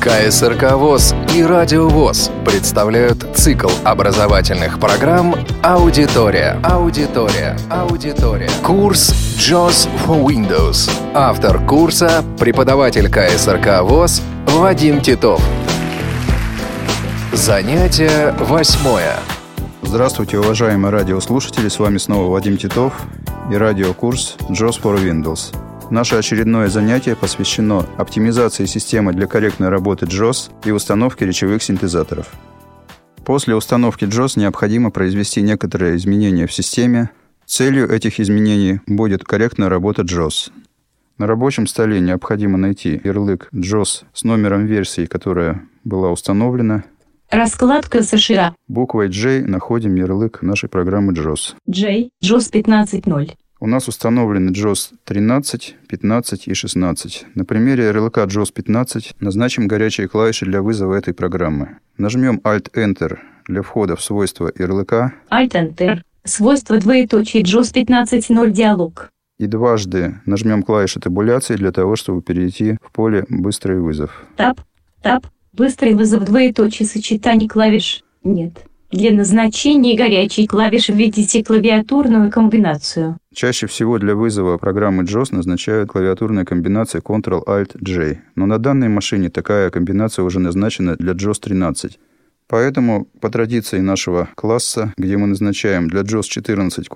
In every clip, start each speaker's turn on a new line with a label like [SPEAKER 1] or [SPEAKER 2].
[SPEAKER 1] КСРК ВОЗ и Радио ВОЗ представляют цикл образовательных программ «Аудитория». Аудитория. Аудитория. Курс «JOS for Windows». Автор курса – преподаватель КСРК ВОЗ Вадим Титов. Занятие восьмое.
[SPEAKER 2] Здравствуйте, уважаемые радиослушатели. С вами снова Вадим Титов и радиокурс JOS for Windows. Наше очередное занятие посвящено оптимизации системы для корректной работы JOS и установке речевых синтезаторов. После установки JOS необходимо произвести некоторые изменения в системе. Целью этих изменений будет корректная работа JOS. На рабочем столе необходимо найти ярлык JOS с номером версии, которая была установлена.
[SPEAKER 3] Раскладка США.
[SPEAKER 2] Буквой J находим ярлык нашей программы JOS.
[SPEAKER 3] J. JOS 15.0.
[SPEAKER 2] У нас установлены JOS 13, 15 и 16. На примере ярлыка JOS 15 назначим горячие клавиши для вызова этой программы. Нажмем Alt-Enter для входа в свойства ярлыка
[SPEAKER 3] Alt Enter. Свойство двоеточие JOS 15.0 диалог.
[SPEAKER 2] и дважды нажмем клавиши табуляции для того, чтобы перейти в поле «Быстрый вызов».
[SPEAKER 3] Тап. Тап. Быстрый вызов двоеточие сочетаний клавиш. Нет. Для назначения горячей клавиши введите клавиатурную комбинацию.
[SPEAKER 2] Чаще всего для вызова программы JOS назначают клавиатурные комбинации Ctrl-Alt-J, но на данной машине такая комбинация уже назначена для JOS 13. Поэтому по традиции нашего класса, где мы назначаем для JOS 14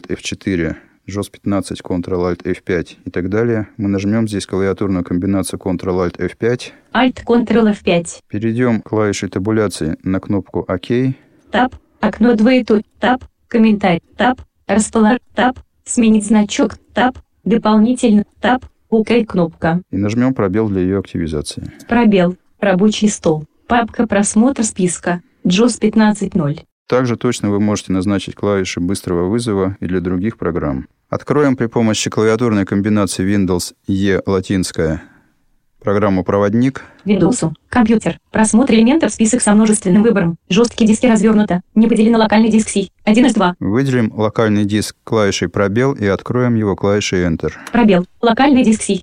[SPEAKER 2] Ctrl-Alt-F4, JOS 15 Ctrl-Alt-F5 и так далее, мы нажмем здесь клавиатурную комбинацию Ctrl-Alt-F5,
[SPEAKER 3] Alt Ctrl F5.
[SPEAKER 2] перейдем клавишей табуляции на кнопку ОК,
[SPEAKER 3] Тап. Окно двоеточие. Тап. Комментарий. Тап. Расположить. Тап. Сменить значок. Тап. Дополнительно. Тап. Окей кнопка.
[SPEAKER 2] и нажмем пробел для ее активизации.
[SPEAKER 3] Пробел. Рабочий стол. Папка просмотр списка. JOS 15.0.
[SPEAKER 2] Также точно вы можете назначить клавиши быстрого вызова и для других программ. Откроем при помощи клавиатурной комбинации Windows E латинская программу «Проводник».
[SPEAKER 3] Windows. Компьютер. Просмотр элементов список со множественным выбором. Жесткие диски развернуто. Не поделено локальный диск C. 1 из 2.
[SPEAKER 2] Выделим локальный диск клавишей «Пробел» и откроем его клавишей «Enter».
[SPEAKER 3] Пробел. Локальный диск C.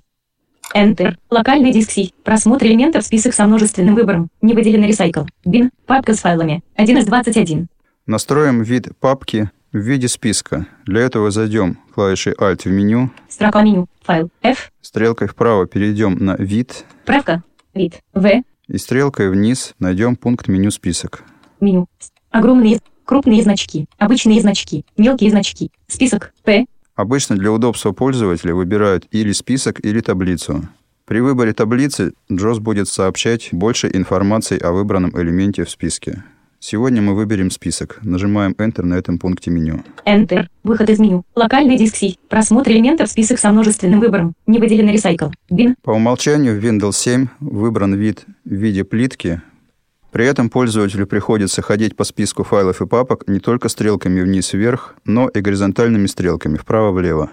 [SPEAKER 3] Enter. Локальный диск C. Просмотр элементов список со множественным выбором. Не выделено ресайкл. Bin. Папка с файлами. 1 из 21.
[SPEAKER 2] Настроим вид папки в виде списка. Для этого зайдем клавишей «Alt» в меню,
[SPEAKER 3] Строка меню. Файл. F.
[SPEAKER 2] стрелкой вправо перейдем на «Вид»
[SPEAKER 3] Правка. Вид. В.
[SPEAKER 2] и стрелкой вниз найдем пункт меню «Список».
[SPEAKER 3] Меню. Огромные. Крупные значки. Обычные значки. Мелкие значки. Список. П.
[SPEAKER 2] Обычно для удобства пользователя выбирают или список, или таблицу. При выборе таблицы JOS будет сообщать больше информации о выбранном элементе в списке. Сегодня мы выберем список. Нажимаем Enter на этом пункте меню.
[SPEAKER 3] Enter. Выход из меню. Локальный диск C. Просмотр элементов список со множественным выбором. Не выделено ресайкл. Bin.
[SPEAKER 2] По умолчанию в Windows 7 выбран вид в виде плитки. При этом пользователю приходится ходить по списку файлов и папок не только стрелками вниз-вверх, но и горизонтальными стрелками вправо-влево.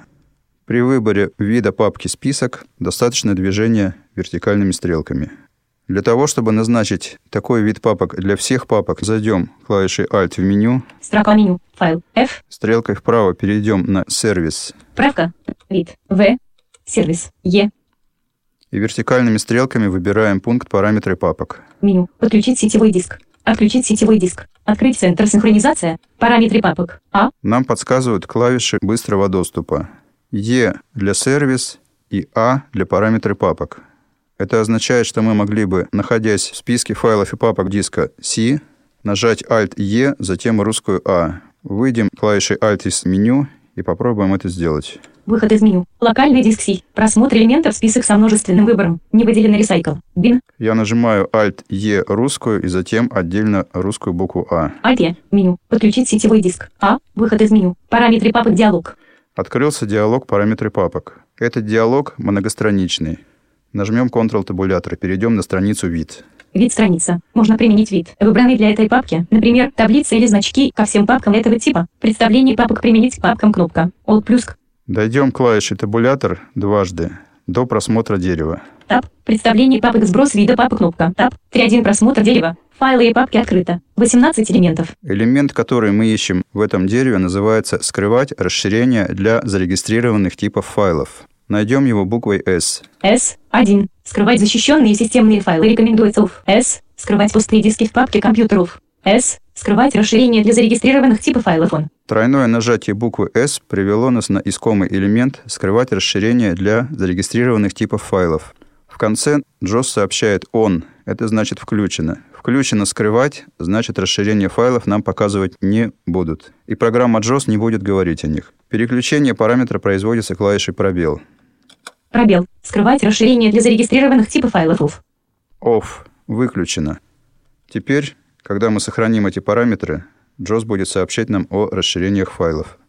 [SPEAKER 2] При выборе вида папки «Список» достаточно движения вертикальными стрелками. Для того, чтобы назначить такой вид папок для всех папок, зайдем клавишей Alt в меню,
[SPEAKER 3] Строка меню. Файл. F.
[SPEAKER 2] стрелкой вправо перейдем на «Сервис»
[SPEAKER 3] Правка. Вид. В. Сервис. E. Е.
[SPEAKER 2] и вертикальными стрелками выбираем пункт «Параметры папок».
[SPEAKER 3] Меню. Подключить сетевой диск. Отключить сетевой диск. Открыть центр синхронизация. Параметры папок. А.
[SPEAKER 2] Нам подсказывают клавиши быстрого доступа. Е для сервис и А для параметры папок. Это означает, что мы могли бы, находясь в списке файлов и папок диска C, нажать Alt-E, затем русскую А. Выйдем клавишей Alt из меню и попробуем это сделать.
[SPEAKER 3] Выход из меню. Локальный диск C. Просмотр элементов список со множественным выбором. Не выделено ресайкл. Bin.
[SPEAKER 2] Я нажимаю Alt-E русскую и затем отдельно русскую букву А.
[SPEAKER 3] Alt. E. Меню. Подключить сетевой диск. А. Выход из меню. Параметры папок диалог.
[SPEAKER 2] Открылся диалог «Параметры папок». Этот диалог многостраничный. Нажмем Ctrl-табулятор, перейдем на страницу «Вид».
[SPEAKER 3] Вид страница. Можно применить вид, выбранный для этой папки, например, таблицы или значки ко всем папкам этого типа. Представление папок применить к папкам кнопка. Alt плюс к-
[SPEAKER 2] Дойдем клавишей табулятор дважды до просмотра дерева.
[SPEAKER 3] Таб. Представление папок сброс вида папок кнопка. Таб. 3.1 просмотр дерева. Файлы и папки открыто. 18 элементов.
[SPEAKER 2] Элемент, который мы ищем в этом дереве, называется «Скрывать расширение для зарегистрированных типов файлов». Найдем его буквой S.
[SPEAKER 3] S. 1. Скрывать защищенные системные файлы рекомендуется UF. S. Скрывать пустые диски в папке компьютеров. S. Скрывать расширение для зарегистрированных типов файлов он.
[SPEAKER 2] Тройное нажатие буквы S привело нас на искомый элемент «Скрывать расширение для зарегистрированных типов файлов». В конце Джос сообщает «Он». Это значит «включено». Включено «скрывать», значит расширение файлов нам показывать не будут. И программа Джос не будет говорить о них. Переключение параметра производится клавишей «пробел».
[SPEAKER 3] Пробел. Скрывать расширение для зарегистрированных типов файлов UF.
[SPEAKER 2] Off. Выключено. Теперь, когда мы сохраним эти параметры, Джос будет сообщать нам о расширениях файлов.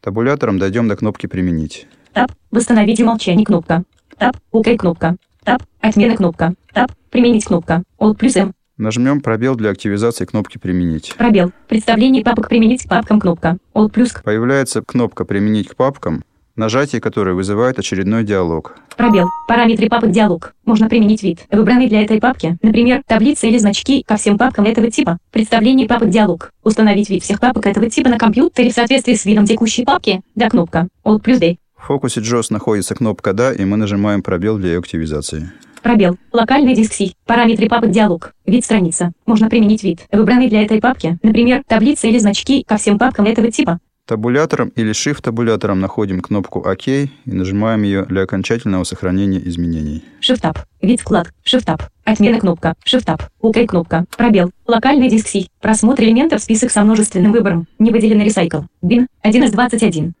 [SPEAKER 2] Табулятором дойдем до кнопки «Применить».
[SPEAKER 3] Таб. Восстановите молчание кнопка. Таб. ОК кнопка. Таб. Отмена кнопка. Таб. Применить кнопка. Alt плюс М.
[SPEAKER 2] Нажмем пробел для активизации кнопки «Применить».
[SPEAKER 3] Пробел. Представление папок применить к папкам кнопка. Alt плюс К.
[SPEAKER 2] Появляется кнопка «Применить к папкам», нажатие которой вызывает очередной диалог.
[SPEAKER 3] Пробел. Параметры папок диалог. Можно применить вид, выбранный для этой папки, например, таблицы или значки ко всем папкам этого типа. Представление папок диалог. Установить вид всех папок этого типа на компьютере в соответствии с видом текущей папки. Да, кнопка. Alt плюс D.
[SPEAKER 2] В фокусе Джос находится кнопка «Да», и мы нажимаем пробел для ее активизации.
[SPEAKER 3] Пробел. Локальный диск C. Параметры папок диалог. Вид страница. Можно применить вид, выбранный для этой папки, например, таблицы или значки ко всем папкам этого типа.
[SPEAKER 2] Табулятором или Shift-табулятором находим кнопку «Ок» и нажимаем ее для окончательного сохранения изменений.
[SPEAKER 3] Shift-Tab. Вид вклад. Shift-Tab. Отмена кнопка. Shift-Tab. ОК кнопка. Пробел. Локальный диск C. Просмотр элементов список со множественным выбором. Не выделено ресайкл. Бин. 1 из 21.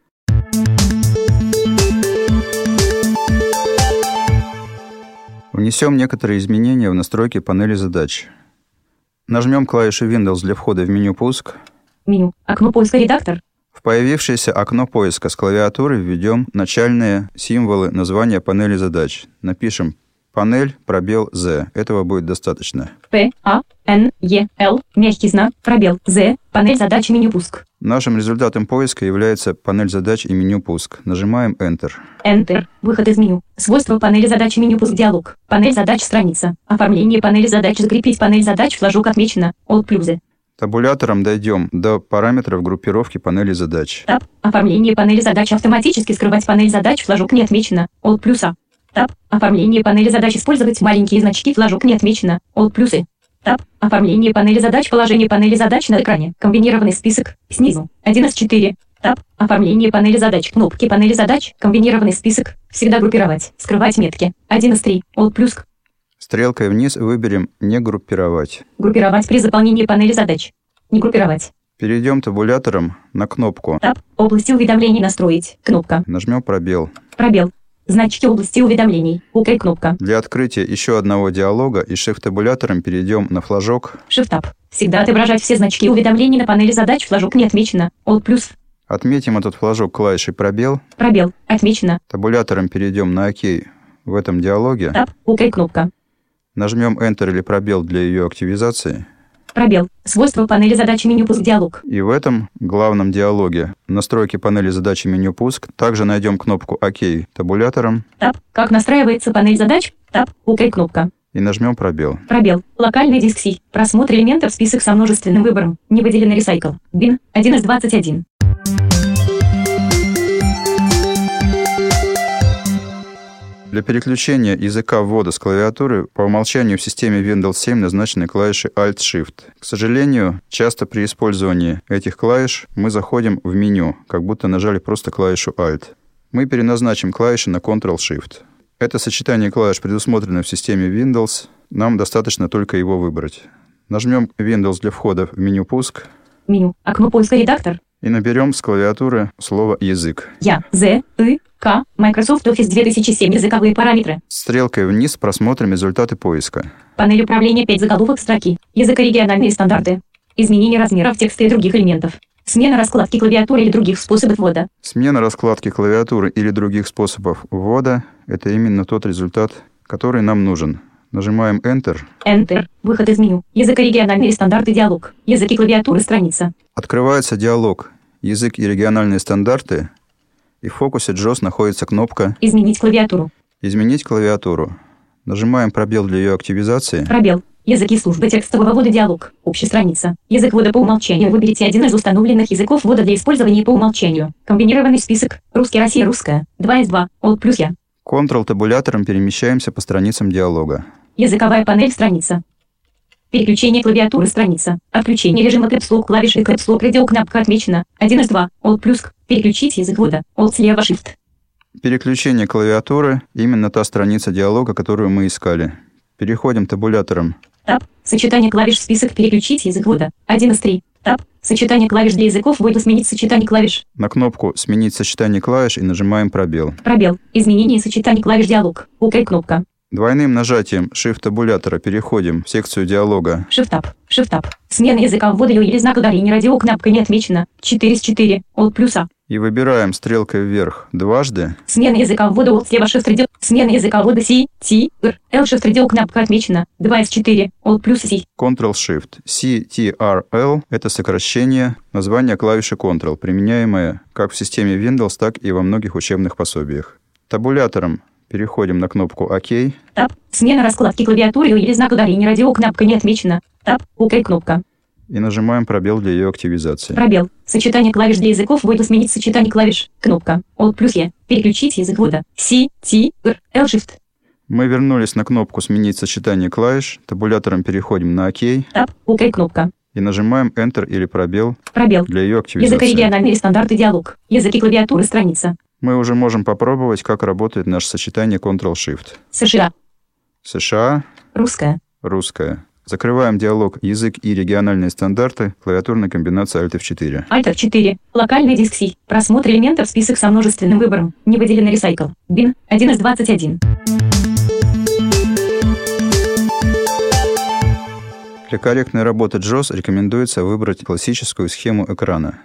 [SPEAKER 2] Внесем некоторые изменения в настройки панели задач. Нажмем клавишу Windows для входа в меню «Пуск».
[SPEAKER 3] Меню. Окно поиска редактор.
[SPEAKER 2] В появившееся окно поиска с клавиатуры введем начальные символы названия панели задач. Напишем «панель пробел Z». Этого будет достаточно.
[SPEAKER 3] П. А. Н. Е. Л. Мягкий знак. Пробел. З. Панель задач меню пуск.
[SPEAKER 2] Нашим результатом поиска является панель задач и меню «Пуск». Нажимаем «Enter».
[SPEAKER 3] Enter. Выход из меню. Свойства панели задач меню пуск диалог. Панель задач страница. Оформление панели задач закрепить панель задач флажок отмечено. All плюсы.
[SPEAKER 2] Табулятором дойдем до параметров группировки панели задач.
[SPEAKER 3] Таб. Оформление панели задач автоматически скрывать панель задач флажок не отмечено. All плюса. Таб. Оформление панели задач использовать маленькие значки флажок не отмечено. All плюсы. Таб. Оформление панели задач положение панели задач на экране. Комбинированный список. Снизу. 1 из 4. Таб. Оформление панели задач. Кнопки панели задач. Комбинированный список. Всегда группировать. Скрывать метки. 1 из 3. All плюс.
[SPEAKER 2] Стрелкой вниз выберем «Не группировать».
[SPEAKER 3] Группировать при заполнении панели задач. Не группировать.
[SPEAKER 2] Перейдем табулятором на кнопку.
[SPEAKER 3] Таб. Области уведомлений настроить. Кнопка.
[SPEAKER 2] Нажмем пробел.
[SPEAKER 3] Пробел. Значки области уведомлений. ОК кнопка.
[SPEAKER 2] Для открытия еще одного диалога и shift-табулятором перейдем на флажок.
[SPEAKER 3] Shift Tab. Всегда отображать все значки уведомлений на панели задач. Флажок не отмечено. All плюс.
[SPEAKER 2] Отметим этот флажок клавишей пробел.
[SPEAKER 3] Пробел. Отмечено.
[SPEAKER 2] Табулятором перейдем на ОК в этом диалоге.
[SPEAKER 3] Таб. ОК кнопка.
[SPEAKER 2] Нажмем Enter или пробел для ее активизации.
[SPEAKER 3] Пробел. Свойства панели задач меню пуск диалог.
[SPEAKER 2] И в этом главном диалоге настройки панели задачи меню пуск также найдем кнопку ОК табулятором
[SPEAKER 3] Таб. Как настраивается панель задач? Таб. ОК кнопка.
[SPEAKER 2] и нажмем пробел.
[SPEAKER 3] Пробел. Локальный диск C. Просмотр элементов список со множественным выбором. Не выделено ресайкл. Бин. 1 из 21.
[SPEAKER 2] Для переключения языка ввода с клавиатуры по умолчанию в системе Windows 7 назначены клавиши Alt-Shift. К сожалению, часто при использовании этих клавиш мы заходим в меню, как будто нажали просто клавишу Alt. Мы переназначим клавиши на Ctrl-Shift. Это сочетание клавиш предусмотрено в системе Windows, нам достаточно только его выбрать. Нажмем Windows для входа в меню «Пуск»
[SPEAKER 3] Меню. Окно поиска редактор.
[SPEAKER 2] и наберем с клавиатуры слово «Язык».
[SPEAKER 3] Я. З. И. К. Microsoft Office 2007. Языковые параметры.
[SPEAKER 2] Стрелкой вниз просмотрим результаты поиска.
[SPEAKER 3] Панель управления 5 заголовок строки. Языкорегиональные стандарты. Изменение размеров текста и других элементов. Смена раскладки клавиатуры или других способов ввода.
[SPEAKER 2] Смена раскладки клавиатуры или других способов ввода – это именно тот результат, который нам нужен. Нажимаем Enter.
[SPEAKER 3] Enter. Выход из меню. Языкорегиональные стандарты диалог. Языки клавиатуры страница.
[SPEAKER 2] Открывается диалог «Язык и региональные стандарты», и в фокусе JOS находится кнопка
[SPEAKER 3] Изменить клавиатуру.
[SPEAKER 2] «Изменить клавиатуру». Нажимаем пробел для ее активизации.
[SPEAKER 3] Пробел. Языки службы текстового ввода диалог. Общая страница. Язык ввода по умолчанию. Выберите один из установленных языков ввода для использования по умолчанию. Комбинированный список. Русский, Россия, русская. 2 из 2. Alt плюс я.
[SPEAKER 2] Ctrl-табулятором перемещаемся по страницам диалога.
[SPEAKER 3] Языковая панель страница. Переключение клавиатуры страница. Отключение режима кэпслок клавиши кэпслок радиокнопка отмечена. 1 из 2. Alt плюс. К. Переключить язык ввода. Alt слева shift.
[SPEAKER 2] Переключение клавиатуры – именно та страница диалога, которую мы искали. Переходим табулятором.
[SPEAKER 3] Таб. Сочетание клавиш список переключить язык ввода. 1 из 3. Таб. Сочетание клавиш для языков ввода сменить сочетание клавиш.
[SPEAKER 2] На кнопку «Сменить сочетание клавиш» и нажимаем пробел.
[SPEAKER 3] Пробел. Изменение сочетаний клавиш диалог. ОК кнопка.
[SPEAKER 2] Двойным нажатием Shift-табулятора переходим в секцию диалога.
[SPEAKER 3] Shift Tab, Shift Tab. Смена языка ввода ю или знак ударения радио кнопка не отмечена. 4 из 4. Alt А. плюса.
[SPEAKER 2] И выбираем стрелкой вверх дважды.
[SPEAKER 3] Смена языка ввода Alt слева Shift радио. Смена языка ввода C, T, R, L Shift радио кнопка отмечена. 2 из 4. Alt плюс C.
[SPEAKER 2] Ctrl-Shift. CTRL – это сокращение названия клавиши Ctrl, применяемое как в системе Windows, так и во многих учебных пособиях. Табулятором переходим на кнопку «Ок».
[SPEAKER 3] Таб. Смена раскладки клавиатуры ю или знак ударения радио кнопка не отмечена. Таб. ОК кнопка.
[SPEAKER 2] и нажимаем пробел для ее активизации.
[SPEAKER 3] Пробел. Сочетание клавиш для языков ввода сменить сочетание клавиш. Кнопка. Alt плюс E. Переключить язык ввода. C, T, R, L Shift.
[SPEAKER 2] Мы вернулись на кнопку «Сменить сочетание клавиш», табулятором переходим на «Ок» и
[SPEAKER 3] Таб. ОК кнопка.
[SPEAKER 2] нажимаем «Enter» или «Пробел»
[SPEAKER 3] Пробел.
[SPEAKER 2] для ее
[SPEAKER 3] Язык
[SPEAKER 2] активизации.
[SPEAKER 3] региональные стандарты диалог. Языки клавиатуры страница.
[SPEAKER 2] Мы уже можем попробовать, как работает наше сочетание «Ctrl-Shift».
[SPEAKER 3] США.
[SPEAKER 2] США,
[SPEAKER 3] Русская.
[SPEAKER 2] русская. Закрываем диалог «Язык и региональные стандарты», клавиатурная комбинация Alt F4.
[SPEAKER 3] Альтер 4. Локальный диск C. Просмотр элементов список со множественным выбором. Не выделенный ресайкл. Бин. 1 из 21.
[SPEAKER 2] Для корректной работы JOS рекомендуется выбрать классическую схему экрана.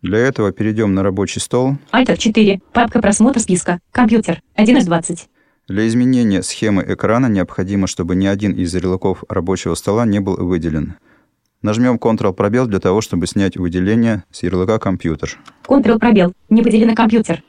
[SPEAKER 2] Для этого перейдем на рабочий стол.
[SPEAKER 3] Альтер 4. Папка просмотр списка. Компьютер. 1 из 20.
[SPEAKER 2] Для изменения схемы экрана необходимо, чтобы ни один из ярлыков рабочего стола не был выделен. Нажмем Ctrl пробел для того, чтобы снять выделение с ярлыка «Компьютер».
[SPEAKER 3] Ctrl пробел. Не выделено компьютер.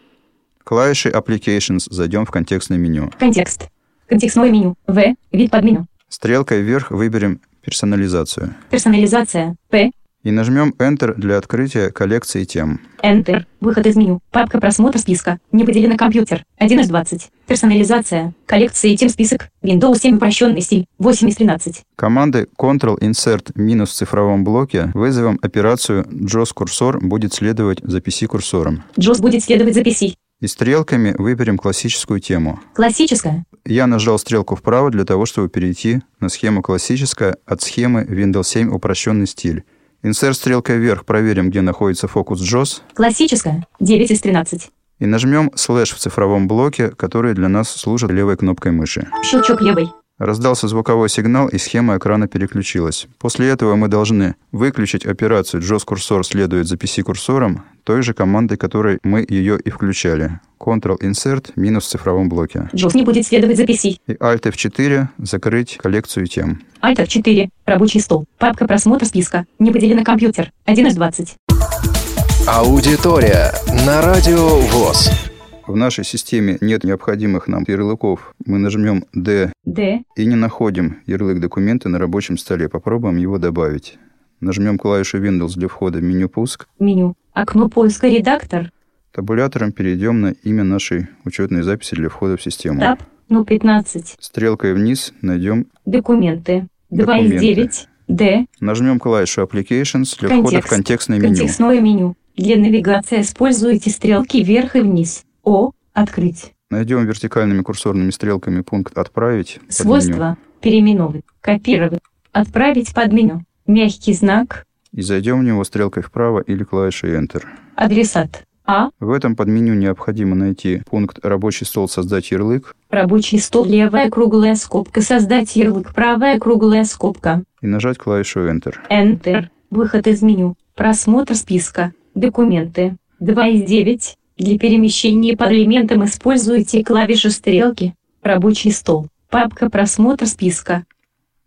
[SPEAKER 2] Клавишей Applications зайдем в контекстное меню.
[SPEAKER 3] Контекст. Контекстное меню. В. Вид под меню.
[SPEAKER 2] Стрелкой вверх выберем персонализацию.
[SPEAKER 3] Персонализация. П.
[SPEAKER 2] И нажмем Enter для открытия коллекции тем.
[SPEAKER 3] Enter. Выход из меню. Папка просмотр списка. Не выделено компьютер. 1 из 20. Персонализация. Коллекции тем список. Windows 7 упрощенный стиль. 8 из 13.
[SPEAKER 2] Команды Ctrl-Insert минус в цифровом блоке вызовем операцию JOS-курсор будет следовать за PC-курсором.
[SPEAKER 3] Джос будет следовать записи.
[SPEAKER 2] И стрелками выберем классическую тему.
[SPEAKER 3] Классическая.
[SPEAKER 2] Я нажал стрелку вправо для того, чтобы перейти на схему классическая от схемы Windows 7 упрощенный стиль. Insert стрелкой вверх проверим, где находится фокус JOS,
[SPEAKER 3] Классическая. 9 из 13.
[SPEAKER 2] и нажмем слэш в цифровом блоке, который для нас служит левой кнопкой мыши.
[SPEAKER 3] Щелчок левой.
[SPEAKER 2] Раздался звуковой сигнал, и схема экрана переключилась. После этого мы должны выключить операцию JOS-курсор следует за PC-курсором той же командой, которой мы ее и включали. Ctrl-Insert минус в цифровом блоке.
[SPEAKER 3] Джос не будет следовать записи.
[SPEAKER 2] И Alt F4 закрыть коллекцию тем.
[SPEAKER 3] Альтер 4. Рабочий стол. Папка просмотр списка. Не выделено компьютер. 1 из 20.
[SPEAKER 1] Аудитория на Радио ВОЗ.
[SPEAKER 2] В нашей системе нет необходимых нам ярлыков. Мы нажмем D
[SPEAKER 3] Д.
[SPEAKER 2] и не находим ярлык документа на рабочем столе. Попробуем его добавить. Нажмем клавишу Windows для входа в меню «Пуск».
[SPEAKER 3] Меню. Окно поиска редактор.
[SPEAKER 2] Табулятором перейдем на имя нашей учетной записи для входа в систему.
[SPEAKER 3] Таб. Ну 15.
[SPEAKER 2] Стрелкой вниз найдем.
[SPEAKER 3] Документы. 2 из
[SPEAKER 2] Документы.
[SPEAKER 3] 9. Д.
[SPEAKER 2] Нажмем клавишу Applications для входа в
[SPEAKER 3] Контекст.
[SPEAKER 2] контекстное меню.
[SPEAKER 3] Контекстное меню. Для навигации используйте стрелки вверх и вниз. О. Открыть.
[SPEAKER 2] Найдем вертикальными курсорными стрелками пункт «Отправить» под меню.
[SPEAKER 3] Свойства. Переименовывать. Копировать. Отправить под меню. Мягкий знак.
[SPEAKER 2] И зайдем в него стрелкой вправо или клавишей Enter.
[SPEAKER 3] Адресат. А.
[SPEAKER 2] В этом подменю необходимо найти пункт «Рабочий стол. Создать ярлык»
[SPEAKER 3] Рабочий стол, левая круглая скобка, создать ярлык, правая круглая скобка,
[SPEAKER 2] и нажать клавишу Enter.
[SPEAKER 3] Enter, выход из меню, просмотр списка, документы, 2 из 9, для перемещения по элементам используйте клавиши стрелки, рабочий стол, папка просмотр списка,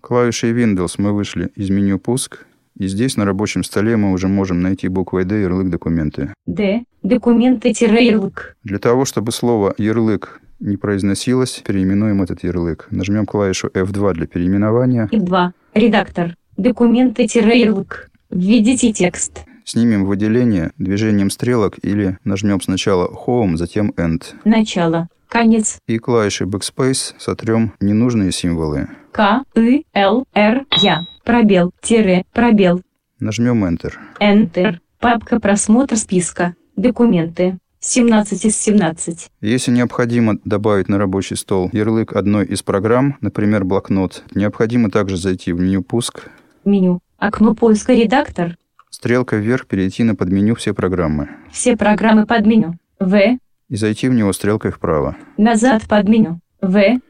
[SPEAKER 2] Клавишей Windows мы вышли из меню «Пуск», и здесь на рабочем столе мы уже можем найти буквой «Д» ярлык «Документы».
[SPEAKER 3] D, документы-ярлык,
[SPEAKER 2] Для того, чтобы слово «ярлык» не произносилось, переименуем этот ярлык. Нажмем клавишу F2 для переименования,
[SPEAKER 3] и 2, редактор, документы-ярлык, введите текст,
[SPEAKER 2] снимем выделение движением стрелок или нажмем сначала Home, затем End.
[SPEAKER 3] начало, Конец.
[SPEAKER 2] и клавишей Backspace сотрем ненужные символы.
[SPEAKER 3] К, И, Л, Р, Я. Пробел, тире, пробел,
[SPEAKER 2] Нажмем Enter.
[SPEAKER 3] Enter. Папка просмотр списка. Документы. 17 из 17.
[SPEAKER 2] Если необходимо добавить на рабочий стол ярлык одной из программ, например, блокнот, необходимо также зайти в меню «Пуск»,
[SPEAKER 3] Меню. Окно поиска редактор.
[SPEAKER 2] стрелка вверх перейти на подменю «Все программы»
[SPEAKER 3] Все программы под меню. В.
[SPEAKER 2] и зайти в него стрелкой вправо.
[SPEAKER 3] Назад под меню. В.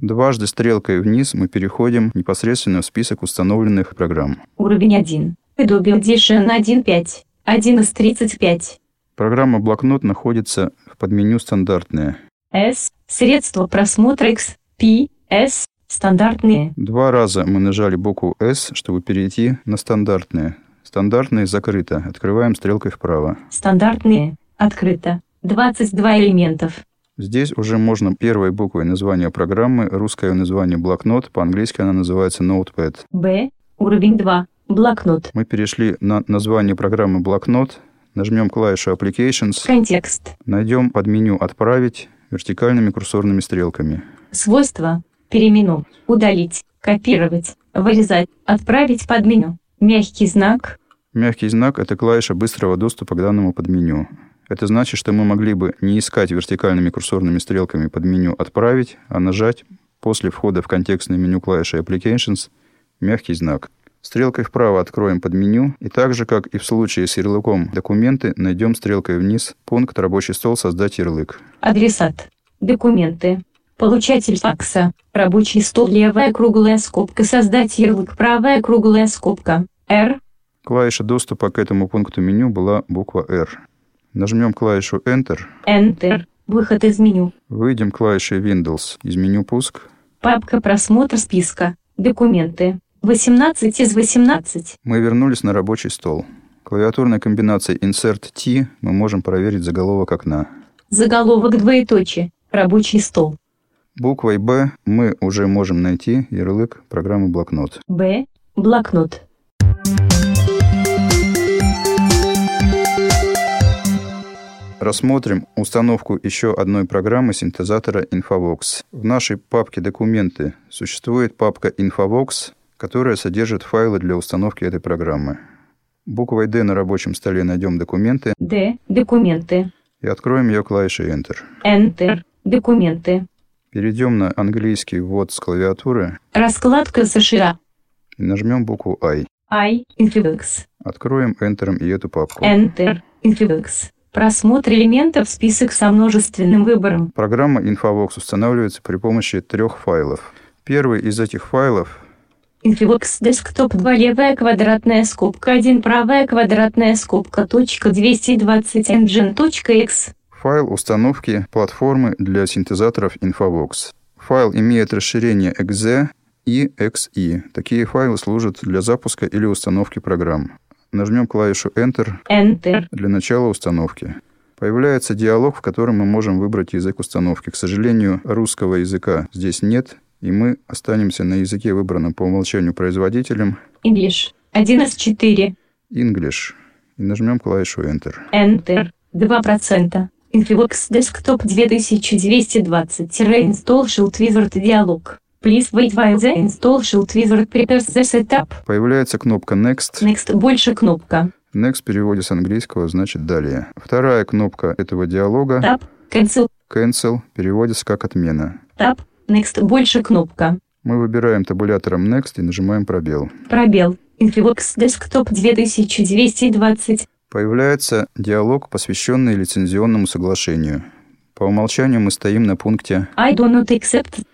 [SPEAKER 2] Дважды стрелкой вниз мы переходим непосредственно в список установленных программ.
[SPEAKER 3] Уровень 1. Adobe Audition 1.5. 1 из 35.
[SPEAKER 2] Программа «Блокнот» находится в подменю «Стандартные».
[SPEAKER 3] С. Средства просмотра X. P. S. Стандартные.
[SPEAKER 2] Два раза мы нажали букву «С», чтобы перейти на «Стандартные». «Стандартные» закрыто. Открываем стрелкой вправо.
[SPEAKER 3] Стандартные. Открыто. 22 элементов.
[SPEAKER 2] Здесь уже можно первой буквой названия программы, русское название блокнот, по-английски она называется Notepad.
[SPEAKER 3] Б. Уровень 2. Блокнот.
[SPEAKER 2] Мы перешли на название программы блокнот, нажмем клавишу Applications,
[SPEAKER 3] Контекст.
[SPEAKER 2] найдем под меню «Отправить» вертикальными курсорными стрелками.
[SPEAKER 3] Свойства. Перемену. Удалить. Копировать. Вырезать. Отправить под меню. Мягкий знак.
[SPEAKER 2] Мягкий знак – это клавиша быстрого доступа к данному подменю. Это значит, что мы могли бы не искать вертикальными курсорными стрелками под меню «Отправить», а нажать после входа в контекстное меню клавиши Applications «Мягкий знак». Стрелкой вправо откроем под меню, и так же, как и в случае с ярлыком «Документы», найдем стрелкой вниз пункт «Рабочий стол. Создать ярлык».
[SPEAKER 3] Адресат. Документы. Получатель факса. Рабочий стол. Левая круглая скобка. Создать ярлык. Правая круглая скобка. Р.
[SPEAKER 2] Клавиша доступа к этому пункту меню была буква «R». Нажмем клавишу «Enter»,
[SPEAKER 3] Enter. Выход из меню.
[SPEAKER 2] выйдем клавишей Windows из меню «Пуск»,
[SPEAKER 3] Папка просмотр списка. Документы. 18 из 18.
[SPEAKER 2] Мы вернулись на рабочий стол. Клавиатурной комбинацией Insert T мы можем проверить заголовок окна.
[SPEAKER 3] Заголовок двоеточие. Рабочий стол.
[SPEAKER 2] Буквой B мы уже можем найти ярлык программы блокнот.
[SPEAKER 3] Б. Блокнот.
[SPEAKER 2] Рассмотрим установку еще одной программы синтезатора InfoVox. В нашей папке «Документы» существует папка InfoVox, которая содержит файлы для установки этой программы. Буквой D на рабочем столе найдем документы
[SPEAKER 3] Д. Документы.
[SPEAKER 2] и откроем ее клавишей Enter.
[SPEAKER 3] Enter. Документы.
[SPEAKER 2] Перейдем на английский ввод с клавиатуры
[SPEAKER 3] Раскладка США.
[SPEAKER 2] и нажмем букву I.
[SPEAKER 3] I. Infobooks.
[SPEAKER 2] Откроем Enter и эту папку.
[SPEAKER 3] Enter. Infobooks. Просмотр элементов список со множественным выбором.
[SPEAKER 2] Программа InfoVox устанавливается при помощи трех файлов. Первый из этих файлов
[SPEAKER 3] Infobooks Desktop 2 левая квадратная скобка 1 правая квадратная скобка точка 220 engine точка x.
[SPEAKER 2] – файл установки платформы для синтезаторов InfoVox. Файл имеет расширение .exe и .xe. Такие файлы служат для запуска или установки программ. Нажмем клавишу Enter
[SPEAKER 3] Enter.
[SPEAKER 2] для начала установки. Появляется диалог, в котором мы можем выбрать язык установки. К сожалению, русского языка здесь нет, и мы останемся на языке, выбранном по умолчанию производителем
[SPEAKER 3] English. 1 из 4.
[SPEAKER 2] English. И нажмем клавишу Enter.
[SPEAKER 3] Enter. 2%. Infobooks Desktop 2220-Install Shield Wizard Dialog. Please wait while the install Shield Wizard prepares the setup.
[SPEAKER 2] Появляется кнопка Next.
[SPEAKER 3] Next больше кнопка.
[SPEAKER 2] Next в переводе с английского значит «далее». Вторая кнопка этого диалога
[SPEAKER 3] Tab. Cancel.
[SPEAKER 2] Cancel переводится как «отмена».
[SPEAKER 3] Tab. Next больше кнопка.
[SPEAKER 2] Мы выбираем табулятором Next и нажимаем пробел.
[SPEAKER 3] Пробел. Infobooks Desktop 2220.
[SPEAKER 2] Появляется диалог, посвященный лицензионному соглашению. По умолчанию мы стоим на пункте
[SPEAKER 3] I do not accept.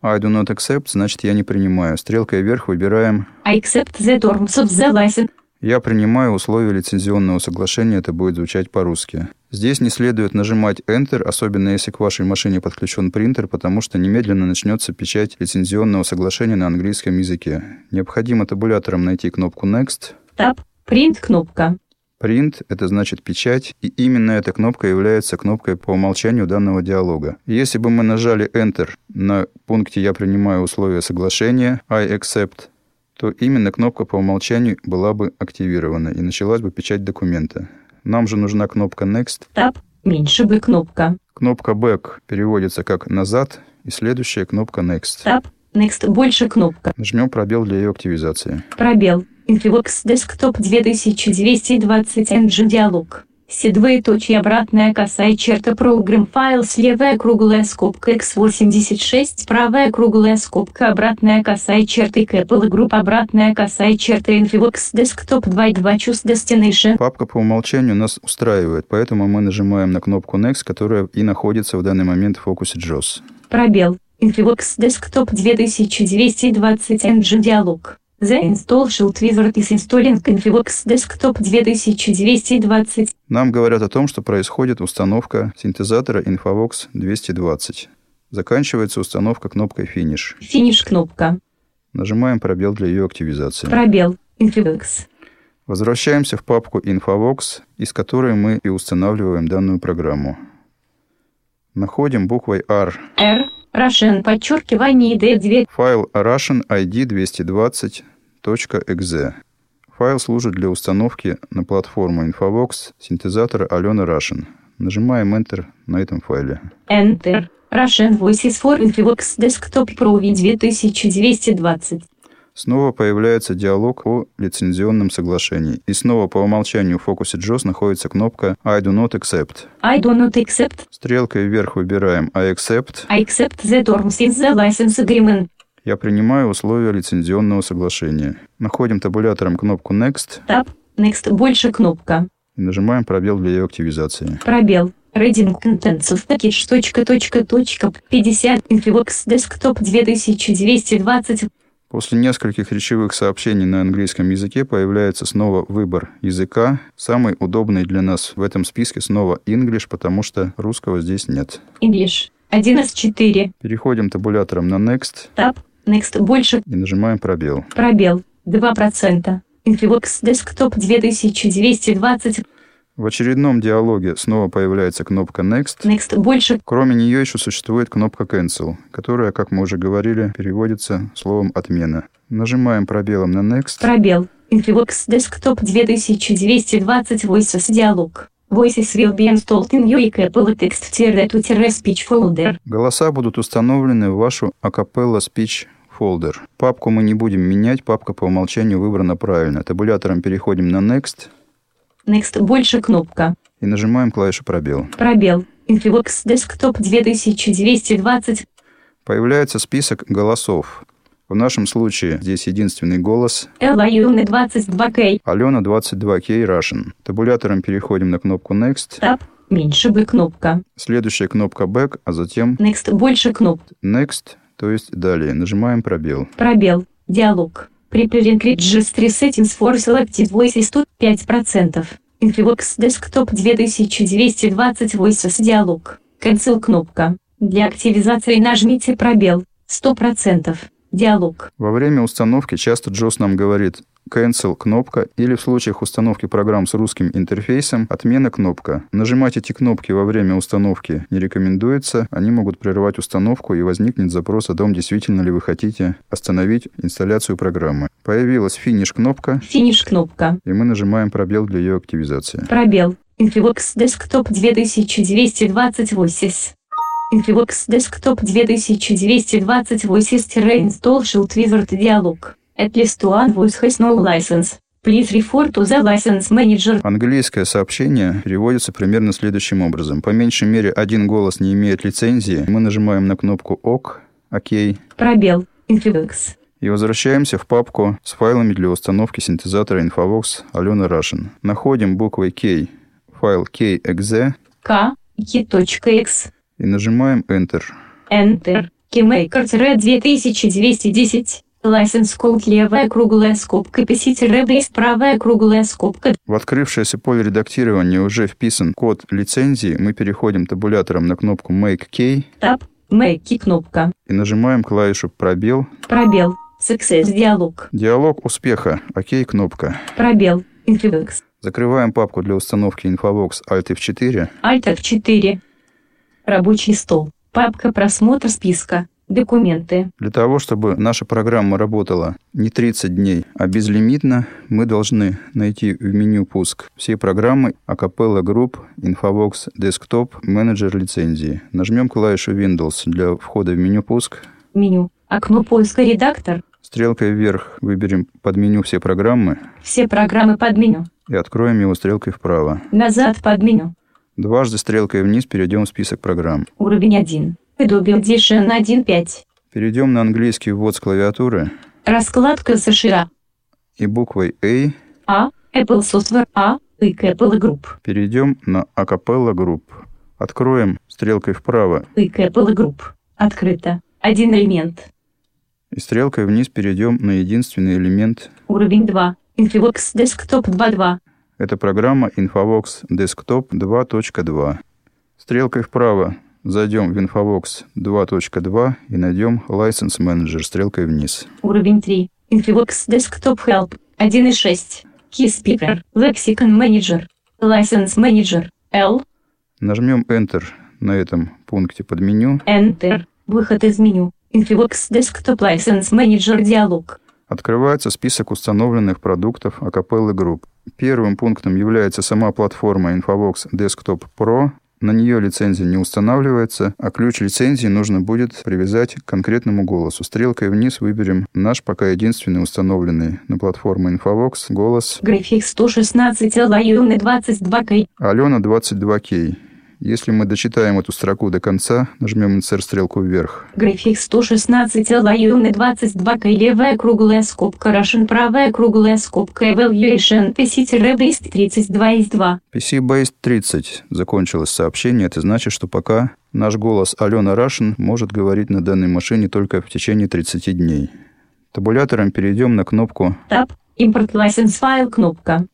[SPEAKER 2] «I do not accept», значит «я не принимаю». Стрелкой вверх выбираем
[SPEAKER 3] I accept the terms of the license.
[SPEAKER 2] «Я принимаю условия лицензионного соглашения», это будет звучать по-русски. Здесь не следует нажимать Enter, особенно если к вашей машине подключен принтер, потому что немедленно начнется печать лицензионного соглашения на английском языке. Необходимо табулятором найти кнопку Next.
[SPEAKER 3] Tab. Print кнопка.
[SPEAKER 2] Print – это значит печать, и именно эта кнопка является кнопкой по умолчанию данного диалога. Если бы мы нажали Enter на пункте «Я принимаю условия соглашения» I accept, то именно кнопка по умолчанию была бы активирована и началась бы печать документа. Нам же нужна кнопка Next,
[SPEAKER 3] Tab. Меньше бы кнопка.
[SPEAKER 2] Кнопка Back переводится как «назад» и следующая кнопка Next.
[SPEAKER 3] Tab. Next. Больше кнопка.
[SPEAKER 2] Нажмем пробел для ее активизации.
[SPEAKER 3] Пробел. Influvox Desktop 2220 NG диалог. Си двоеточие обратная косая черта Program Files левая круглая скобка X86 правая круглая скобка обратная косая черта Apple Group обратная косая черта Influvox Desktop 2.2 Choose Destination.
[SPEAKER 2] Папка по умолчанию нас устраивает, поэтому мы нажимаем на кнопку Next, которая и находится в данный момент в фокусе JOS.
[SPEAKER 3] Пробел. Influvox Desktop 2220 NG диалог. The install shield wizard is installing Influvox Desktop 2220.
[SPEAKER 2] Нам говорят о том, что происходит установка синтезатора Infavox 220. Заканчивается установка кнопкой «Финиш».
[SPEAKER 3] Финиш кнопка.
[SPEAKER 2] Нажимаем пробел для ее активизации.
[SPEAKER 3] Пробел. Influvox.
[SPEAKER 2] Возвращаемся в папку Infavox, из которой мы и устанавливаем данную программу. Находим буквой R
[SPEAKER 3] R. Russian подчеркивание D2.
[SPEAKER 2] файл Russian ID 220.exe. Файл служит для установки на платформу Infavox синтезатора Алена Russian. Нажимаем Enter на этом файле.
[SPEAKER 3] Enter. Russian Voices for Influvox Desktop Pro V 2220.
[SPEAKER 2] Снова появляется диалог о лицензионном соглашении. И снова по умолчанию в фокусе JOS находится кнопка I do not accept.
[SPEAKER 3] I do not accept.
[SPEAKER 2] Стрелкой вверх выбираем I accept.
[SPEAKER 3] I accept the terms in the license agreement.
[SPEAKER 2] Я принимаю условия лицензионного соглашения. Находим табулятором кнопку Next
[SPEAKER 3] Tab. Next. Больше кнопка.
[SPEAKER 2] и нажимаем пробел для ее активизации.
[SPEAKER 3] Пробел. Reading Contents of Package. Точка, точка, точка. 50. Influvox Desktop 2220.
[SPEAKER 2] После нескольких речевых сообщений на английском языке появляется снова выбор языка. Самый удобный для нас в этом списке снова English, потому что русского здесь нет.
[SPEAKER 3] English. 1 из 4.
[SPEAKER 2] Переходим табулятором на Next
[SPEAKER 3] Tab. Next. Больше.
[SPEAKER 2] и нажимаем пробел.
[SPEAKER 3] Пробел. 2%. Influvox Desktop 2220.
[SPEAKER 2] В очередном диалоге снова появляется кнопка Next.
[SPEAKER 3] Next. Больше.
[SPEAKER 2] Кроме нее еще существует кнопка Cancel, которая, как мы уже говорили, переводится словом «отмена». Нажимаем пробелом на Next.
[SPEAKER 3] Пробел. Influvox Desktop 2220 Voices диалог. Voices will be installed in your Apple text tire to tire speech folder.
[SPEAKER 2] Голоса будут установлены в вашу акапелла speech folder. Папку мы не будем менять, папка по умолчанию выбрана правильно. Табулятором переходим на Next
[SPEAKER 3] Next. Больше кнопка.
[SPEAKER 2] и нажимаем клавишу пробел.
[SPEAKER 3] Пробел. Influvox Desktop 2220.
[SPEAKER 2] Появляется список голосов. В нашем случае здесь единственный голос
[SPEAKER 3] LIUN 22K.
[SPEAKER 2] Алена 22K Russian. Табулятором переходим на кнопку Next,
[SPEAKER 3] Tab. Меньше бы кнопка.
[SPEAKER 2] следующая кнопка Back, а затем
[SPEAKER 3] Next. Больше кнопка.
[SPEAKER 2] Next, то есть далее. Нажимаем пробел.
[SPEAKER 3] Пробел. Диалог. Preparing registry settings for selected voices тут 5%. Influvox Desktop 2220 voices диалог. Cancel кнопка. Для активизации нажмите пробел. 100%. Диалог.
[SPEAKER 2] Во время установки часто Джос нам говорит «cancel» кнопка или в случаях установки программ с русским интерфейсом «отмена кнопка». Нажимать эти кнопки во время установки не рекомендуется, они могут прервать установку и возникнет запрос о том, действительно ли вы хотите остановить инсталляцию программы. Появилась «финиш» кнопка,
[SPEAKER 3] Финиш кнопка.
[SPEAKER 2] и мы нажимаем пробел для ее активизации.
[SPEAKER 3] Пробел. Influvox Desktop 2220 voices. Influvox Desktop 2220 voices-install shield wizard dialog. At least one voice has no license. Please refer to the license manager.
[SPEAKER 2] Английское сообщение переводится примерно следующим образом. По меньшей мере, один голос не имеет лицензии. Мы нажимаем на кнопку «ОК», «Окей»,
[SPEAKER 3] Пробел. Influvox.
[SPEAKER 2] И возвращаемся в папку с файлами для установки синтезатора Infavox Алена Russian. Находим буквой K файл kexe
[SPEAKER 3] K. Key.x.
[SPEAKER 2] и нажимаем Enter.
[SPEAKER 3] Enter. Keymaker-2210. License code левая круглая скобка PC-base правая круглая скобка
[SPEAKER 2] В открывшееся поле редактирования уже вписан код лицензии. Мы переходим табулятором на кнопку Make K
[SPEAKER 3] Tab. Make кнопка.
[SPEAKER 2] и нажимаем клавишу пробел.
[SPEAKER 3] Пробел. Success диалог.
[SPEAKER 2] Диалог успеха. Окей, кнопка.
[SPEAKER 3] Пробел. Influvox.
[SPEAKER 2] Закрываем папку для установки Infavox Alt F4.
[SPEAKER 3] Alt F4. Рабочий стол. Папка просмотр списка. Документы.
[SPEAKER 2] Для того, чтобы наша программа работала не 30 дней, а безлимитно, мы должны найти в меню «Пуск» все программы Acapella Group, Infobox, Desktop, менеджер лицензии. Нажмем клавишу Windows для входа в меню «Пуск».
[SPEAKER 3] Меню. Окно поиска редактор.
[SPEAKER 2] Стрелкой вверх выберем под меню все программы
[SPEAKER 3] Все программы под меню.
[SPEAKER 2] и откроем его стрелкой вправо.
[SPEAKER 3] Назад под меню.
[SPEAKER 2] Дважды стрелкой вниз перейдем в список программ.
[SPEAKER 3] Уровень 1. Adobe Audition 1.5.
[SPEAKER 2] Перейдем на английский ввод с клавиатуры
[SPEAKER 3] Раскладка США.
[SPEAKER 2] и буквой A
[SPEAKER 3] А. Apple Software А. И к Apple Group.
[SPEAKER 2] перейдем на Acapella Group. Откроем стрелкой вправо
[SPEAKER 3] И к Apple Group. Открыто. Один элемент.
[SPEAKER 2] и стрелкой вниз перейдем на единственный элемент.
[SPEAKER 3] Уровень 2. Infobox Desktop 2.2.
[SPEAKER 2] Это программа Infovox Desktop 2.2. Стрелкой вправо зайдем в Infovox 2.2 и найдем License Manager стрелкой вниз.
[SPEAKER 3] Уровень 3. Infobox Desktop Help 1.6. Key Speaker. Lexicon Manager. License Manager. L.
[SPEAKER 2] Нажмем Enter на этом пункте под меню,
[SPEAKER 3] Enter. Выход из меню. Infobox Desktop License Manager диалог.
[SPEAKER 2] открывается список установленных продуктов Acapella Group. Первым пунктом является сама платформа Infovox Desktop Pro. На нее лицензия не устанавливается, а ключ лицензии нужно будет привязать к конкретному голосу. Стрелкой вниз выберем наш пока единственный установленный на платформе Infovox голос
[SPEAKER 3] График 116 LIUN 22 K.
[SPEAKER 2] Алена 22К. Если мы дочитаем эту строку до конца, нажмем Insert стрелку вверх.
[SPEAKER 3] График 116 LIUN 22 K. Левая круглая скобка Russian. Правая круглая скобка Evaluation PC-Based 32 из 2.
[SPEAKER 2] PC Based 30. Закончилось сообщение. Это значит, что пока наш голос Алена Рашин может говорить на данной машине только в течение 30 дней. Табулятором перейдем на кнопку
[SPEAKER 3] Таб. Import License File кнопка.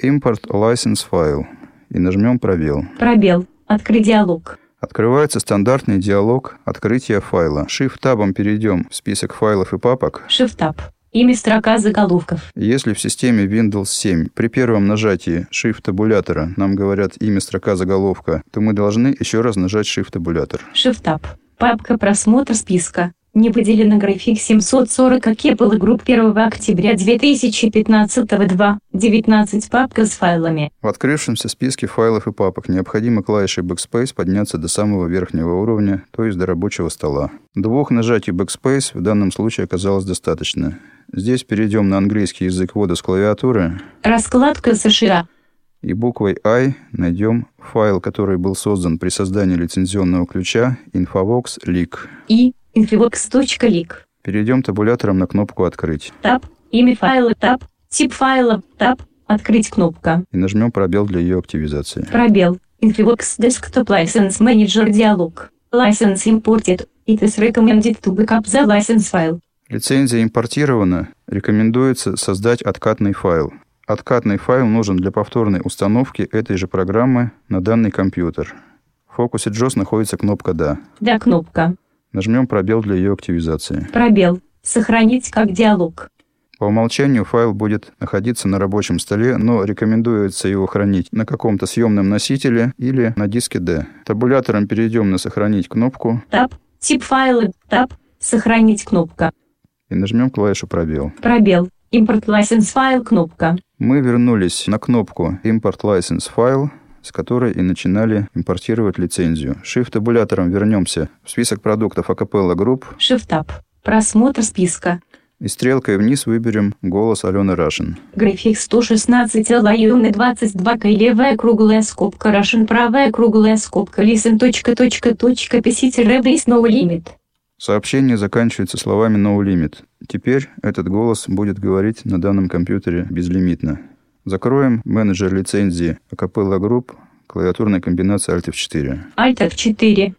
[SPEAKER 2] Import License File и нажмем «Пробел».
[SPEAKER 3] Пробел. Открыть диалог.
[SPEAKER 2] Открывается стандартный диалог открытия файла. Shift-табом перейдем в список файлов и папок.
[SPEAKER 3] Shift Tab. Имя строка заголовков.
[SPEAKER 2] Если в системе Windows 7 при первом нажатии Shift-табулятора нам говорят имя строка заголовка, то мы должны еще раз нажать Shift-табулятор.
[SPEAKER 3] Shift Tab. Папка просмотр списка. Не выделено график 740 Apple Group 1 октября 2015 2. 19 папка с файлами.
[SPEAKER 2] В открывшемся списке файлов и папок необходимо клавишей Backspace подняться до самого верхнего уровня, то есть до рабочего стола. Двух нажатий Backspace в данном случае оказалось достаточно. Здесь перейдем на английский язык ввода с клавиатуры
[SPEAKER 3] Раскладка США.
[SPEAKER 2] и буквой I найдем файл, который был создан при создании лицензионного ключа Infovox Leak.
[SPEAKER 3] И infobox.link.
[SPEAKER 2] Перейдем табулятором на кнопку «Открыть»
[SPEAKER 3] Таб. Имя файла. Таб. Тип файла. Таб. Открыть кнопка.
[SPEAKER 2] и нажмем пробел для ее активизации.
[SPEAKER 3] Пробел. Infobox Desktop License Manager диалог. License imported. It is recommended to backup the license file.
[SPEAKER 2] Лицензия импортирована, рекомендуется создать откатный файл. Откатный файл нужен для повторной установки этой же программы на данный компьютер. В фокусе JOS находится кнопка «Да».
[SPEAKER 3] Да, кнопка.
[SPEAKER 2] Нажмем пробел для ее активизации.
[SPEAKER 3] Пробел. Сохранить как диалог.
[SPEAKER 2] По умолчанию файл будет находиться на рабочем столе, но рекомендуется его хранить на каком-то съемном носителе или на диске D. Табулятором перейдем на «Сохранить» кнопку
[SPEAKER 3] Таб. Тип файла. Таб. Сохранить кнопка.
[SPEAKER 2] и нажмем клавишу «Пробел».
[SPEAKER 3] Пробел. Import License File кнопка.
[SPEAKER 2] Мы вернулись на кнопку Import License File, с которой и начинали импортировать лицензию. Shift-табулятором вернемся в список продуктов Acapella Group
[SPEAKER 3] Shift Tab. Просмотр списка.
[SPEAKER 2] и стрелкой вниз выберем голос Алены Рашин.
[SPEAKER 3] График 116 LIUN 22 К левая круглая скобка Russian правая круглая скобка Listen точка точка точка PC Base No Limit.
[SPEAKER 2] Сообщение заканчивается словами «No Limit». Теперь этот голос будет говорить на данном компьютере безлимитно. Закроем менеджер лицензии Acapella Group клавиатурной комбинации Alt F4.
[SPEAKER 3] Alt F4.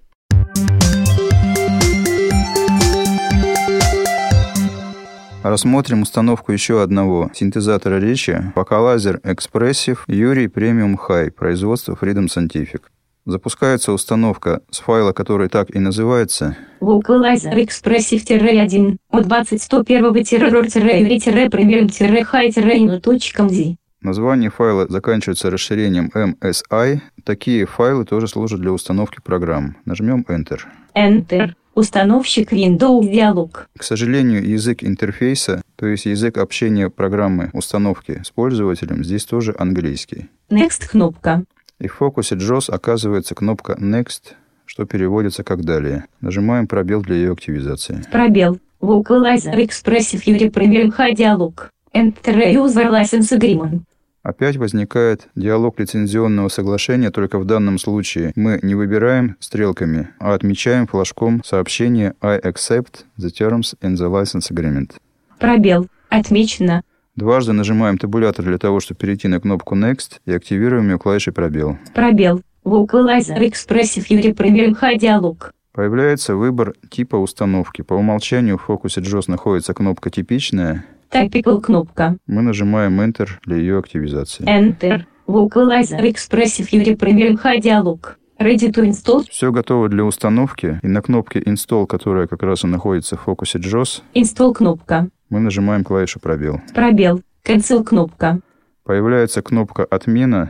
[SPEAKER 2] Рассмотрим установку еще одного синтезатора речи Vocalizer Expressive Yuri Premium High производства Freedom Scientific. Запускается установка с файла, который так и называется,
[SPEAKER 3] Vocalizer Expressive-1 от 20.101-ror-premium-high-ino.mz.
[SPEAKER 2] Название файла заканчивается расширением MSI. Такие файлы тоже служат для установки программ. Нажмем Enter.
[SPEAKER 3] Enter. Установщик Windows диалог.
[SPEAKER 2] К сожалению, язык интерфейса, то есть язык общения программы установки с пользователем, здесь тоже английский.
[SPEAKER 3] Next кнопка.
[SPEAKER 2] И в фокусе JOS оказывается кнопка Next, что переводится как «Далее». Нажимаем пробел для ее активизации.
[SPEAKER 3] Пробел. Vocalizer Expressive Юрий Premium High диалог. Enter User License Agreement.
[SPEAKER 2] Опять возникает диалог лицензионного соглашения, только в данном случае мы не выбираем стрелками, а отмечаем флажком сообщение «I accept the terms in the license agreement».
[SPEAKER 3] Пробел. Отмечено.
[SPEAKER 2] Дважды нажимаем табулятор для того, чтобы перейти на кнопку «Next» и активируем ее клавишей «Пробел».
[SPEAKER 3] Пробел. Vocalizer Expressive Юрий Premium High диалог.
[SPEAKER 2] Появляется выбор типа установки. По умолчанию в фокусе JOS находится кнопка «Типичная».
[SPEAKER 3] Typical кнопка.
[SPEAKER 2] Мы нажимаем Enter для ее активизации.
[SPEAKER 3] Enter. Vocalizer Expressive Юрий Premium High диалог. Ready to install.
[SPEAKER 2] Все готово для установки, и на кнопке Install, которая как раз и находится в фокусе JOS,
[SPEAKER 3] Install кнопка.
[SPEAKER 2] мы нажимаем клавишу «Пробел».
[SPEAKER 3] Пробел. Cancel кнопка.
[SPEAKER 2] Появляется кнопка «Отмена»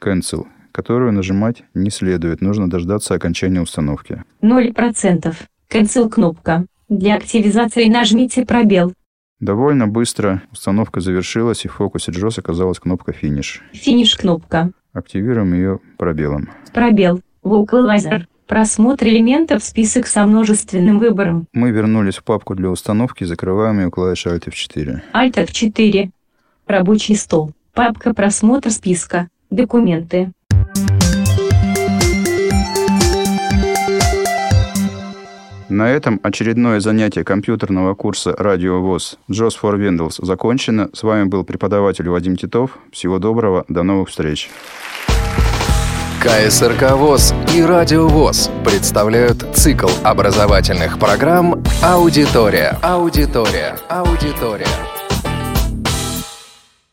[SPEAKER 2] Cancel, которую нажимать не следует, нужно дождаться окончания установки.
[SPEAKER 3] 0%. Cancel кнопка. Для активизации нажмите пробел.
[SPEAKER 2] Довольно быстро установка завершилась, и в фокусе JOS оказалась кнопка «Финиш».
[SPEAKER 3] Финиш кнопка.
[SPEAKER 2] Активируем ее пробелом.
[SPEAKER 3] Пробел. Vocalizer. Просмотр элементов список со множественным выбором.
[SPEAKER 2] Мы вернулись в папку для установки, закрываем ее клавишей Alt F4.
[SPEAKER 3] Alt F4. Рабочий стол. Папка просмотр списка. Документы.
[SPEAKER 2] На этом очередное занятие компьютерного курса «Радио ВОЗ» «Джос for Windows» закончено. С вами был преподаватель Вадим Титов. Всего доброго, до новых встреч.
[SPEAKER 1] КСРК ВОЗ и Радио ВОЗ представляют цикл образовательных программ «Аудитория». Аудитория. Аудитория.